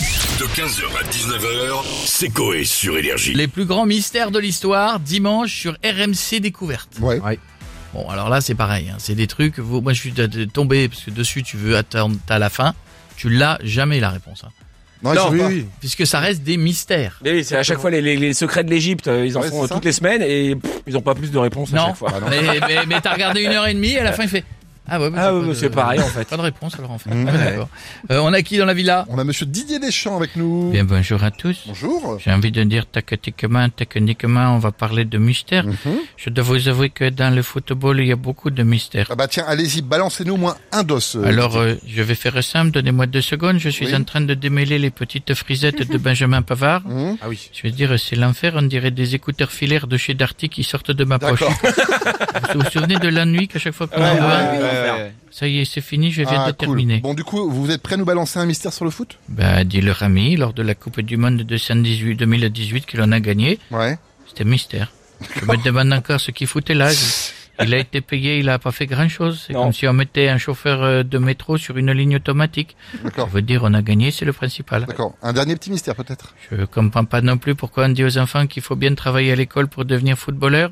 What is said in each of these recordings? De 15h à 19h, c'est Coé sur Énergie. Les plus grands mystères de l'histoire, dimanche sur RMC Découverte. Ouais. Bon, alors là, c'est pareil. hein. C'est des trucs. vous- moi, je suis de- de- tombé parce que dessus, tu veux attendre à la fin. Tu l'as jamais la réponse, hein. Non, Non, oui, pas. oui. puisque ça reste des mystères. Mais oui, c'est à chaque fois les, les- les secrets de l'Égypte, euh, ils en Ouais, font c'est euh, ça. toutes les semaines et pff, ils n'ont pas plus de réponses à Non. chaque fois. Ah, non. Mais, mais, mais t'as regardé une heure et demie. Et à la fin, il fait. Ah ouais, mais Ah j'ai ouais, pas mais de- c'est pareil, en fait. Pas de réponse alors en fait. Mmh. Ah, d'accord. Euh, on a qui dans la villa On a monsieur Didier Deschamps avec nous. Bien bonjour à tous. Bonjour. J'ai envie de dire tactiquement, techniquement, on va parler de mystères. Mmh. Mhm. Je dois vous avouer que dans le football, il y a beaucoup de mystères. Ah bah tiens, allez-y, balancez-nous au moins un dos. euh, Alors, Didier. euh, je vais faire simple, donnez-moi deux secondes. Je suis Oui. en train de démêler les petites frisettes de Benjamin Pavard. Mhm. Ah oui. Je veux dire, c'est l'enfer, on dirait des écouteurs filaires de chez Darty qui sortent de ma poche. D'accord. Vous vous souvenez de l'ennui qu'à chaque fois qu'on Ah Ouais, en voit ouais, ouais, ouais. Ça y est, c'est fini, je viens de Ah, cool. terminer. Bon, du coup, vous êtes prêts à nous balancer un mystère sur le foot Bah, dit leur ami, lors de la Coupe du Monde de 118 2018 qu'il en a gagné, Ouais. c'était mystère. Je me demande encore ce qu'il foutait là. Je- Il a été payé, il a pas fait grand chose. C'est Non. comme si on mettait un chauffeur euh, de métro sur une ligne automatique. Je D'accord. veux dire, on a gagné, c'est le principal. D'accord. Un dernier petit mystère peut-être. Je comprends pas non plus pourquoi on dit aux enfants qu'il faut bien travailler à l'école pour devenir footballeur,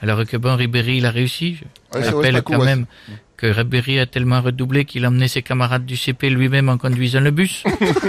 alors que bon, Ribéry, il a réussi. Je Ouais, c'est vrai, c'est rappelle pas cool, quand ouais. même que Ribéry a tellement redoublé qu'il a emmené ses camarades du CP lui-même en conduisant le bus.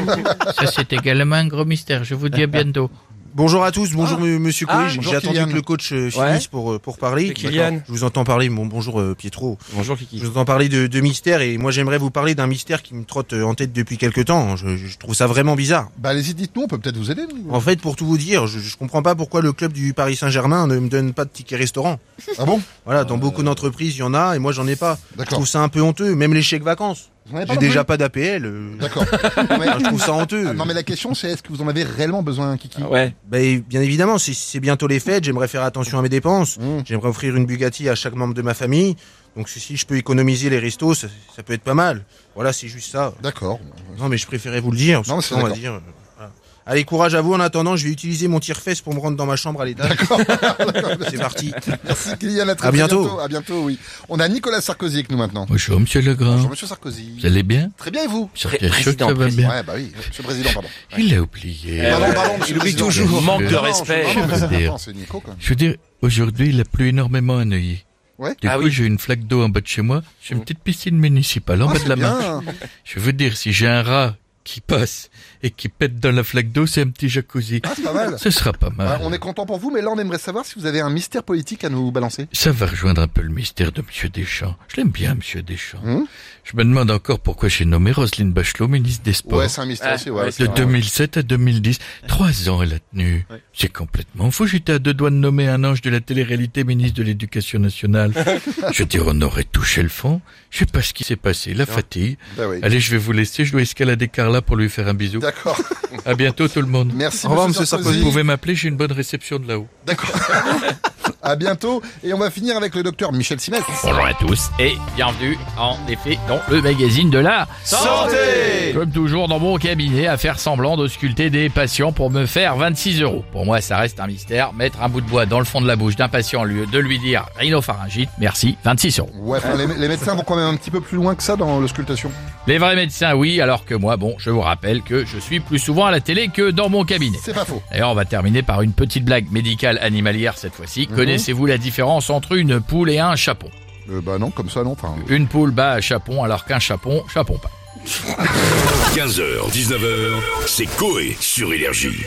Ça, c'est également un gros mystère. Je vous dis à bientôt. Bonjour à tous, bonjour m- monsieur Ah, Coé, j'ai- bonjour j'ai attendu Kylian. que le coach euh, finisse Ouais. pour, euh, pour parler. C'est Kylian. D'accord. Je vous entends parler, bon, bonjour euh, Pietro. Bonjour Je Kiki. vous entends parler de, de mystère et moi j'aimerais vous parler d'un mystère qui me trotte euh, en tête depuis quelque temps. Je, je trouve ça vraiment bizarre. Bah allez-y, dites-nous, on peut peut-être vous aider. nous. En fait, pour tout vous dire, je, je comprends pas pourquoi le club du Paris Saint-Germain ne me donne pas de ticket restaurant. Ah bon Voilà, dans beaucoup d'entreprises, il y en a et moi j'en ai pas. Je D'accord. trouve ça un peu honteux, même les chèques vacances. Vous en avez pas J'ai non plus déjà pas d'APL. euh, D'accord. Ouais. enfin, je trouve ça honteux. Ah, non mais la question c'est est-ce que vous en avez réellement besoin, Kiki Ah Ouais. Ben, bien évidemment, c'est- c'est bientôt les fêtes, j'aimerais faire attention à mes dépenses. Mmh. J'aimerais offrir une Bugatti à chaque membre de ma famille. Donc si- si je peux économiser les restos, ça, ça peut être pas mal. Voilà, c'est juste ça. D'accord. Non, mais je préférais vous le dire. parce Non, que c'est sinon, on va d'accord. dire. euh, voilà. Allez, courage à vous. En attendant, je vais utiliser mon tire-fesse pour me rendre dans ma chambre à l'étage. c'est parti. Merci Kylian, à très À bientôt. À bientôt, oui. On a Nicolas Sarkozy avec nous maintenant. Bonjour, monsieur Legrand. Bonjour Monsieur Sarkozy. allez bien? Très bien et vous Pré- président, président. Ouais, bah oui, Monsieur le Président, pardon. Il a oublié. Euh, Pardon, pardon, Monsieur il le oublie Président. toujours. Manque de Non, non, respect. je- non, mais c'est Je veux dire. important, C'est Nico quand même. Je veux dire, aujourd'hui, il a plu énormément à Neuilly. Ouais. Mm. Du Ah coup, oui. j'ai une flaque d'eau en bas de chez moi. J'ai une petite piscine municipale en Ah, bas de c'est la bien. main. Je veux dire, si j'ai un rat qui passe et qui pète dans la flaque d'eau, c'est un petit jacuzzi. Ah, c'est pas mal. Ce sera pas Ouais, mal. Bah, on est content pour vous, mais là on aimerait savoir si vous avez un mystère politique à nous balancer. Ça va rejoindre un peu le mystère de Monsieur Deschamps. Je l'aime bien, Monsieur Deschamps. Hum Je me demande encore pourquoi j'ai nommé Roselyne Bachelot ministre des Sports. Ouais, c'est un mystère Ah, aussi, ouais. ouais, c'est de vrai. 2007 à 2010, trois ans elle a tenu. C'est complètement fou. J'étais à deux doigts de nommer un ange de la télé-réalité ministre de l'Éducation nationale. je veux dire, on aurait touché le fond. Je sais pas ce qui s'est passé. La fatigue. Bah oui. Allez, je vais vous laisser. Je dois escalader Carla pour lui faire un bisou. D'accord. À bientôt tout le monde. Merci Au revoir, Monsieur Monsieur Sarkozy. Vous pouvez m'appeler, j'ai une bonne réception de là-haut. À bientôt et on va finir avec le docteur Michel Simet. Bonjour à tous et bienvenue en effet dans le magazine de la santé. Comme toujours dans mon cabinet à faire semblant de sculpter des patients pour me faire 26 euros. Pour moi ça reste un mystère, mettre un bout de bois dans le fond de la bouche d'un patient au lieu de lui dire rhinopharyngite, merci, 26 euros. Ouais, enfin, les, les médecins vont quand même un petit peu plus loin que ça dans l'auscultation. Les vrais médecins oui, alors que moi bon je vous rappelle que je suis plus souvent à la télé que dans mon cabinet. C'est pas faux. D'ailleurs, on va terminer par une petite blague médicale animalière cette fois-ci. Connaissez-vous la différence entre une poule et un chapon Euh, bah non, comme ça non. Enfin, Une poule bat à chapon alors qu'un chapon, chapon pas. 15h, 19h, c'est Coé sur Énergie.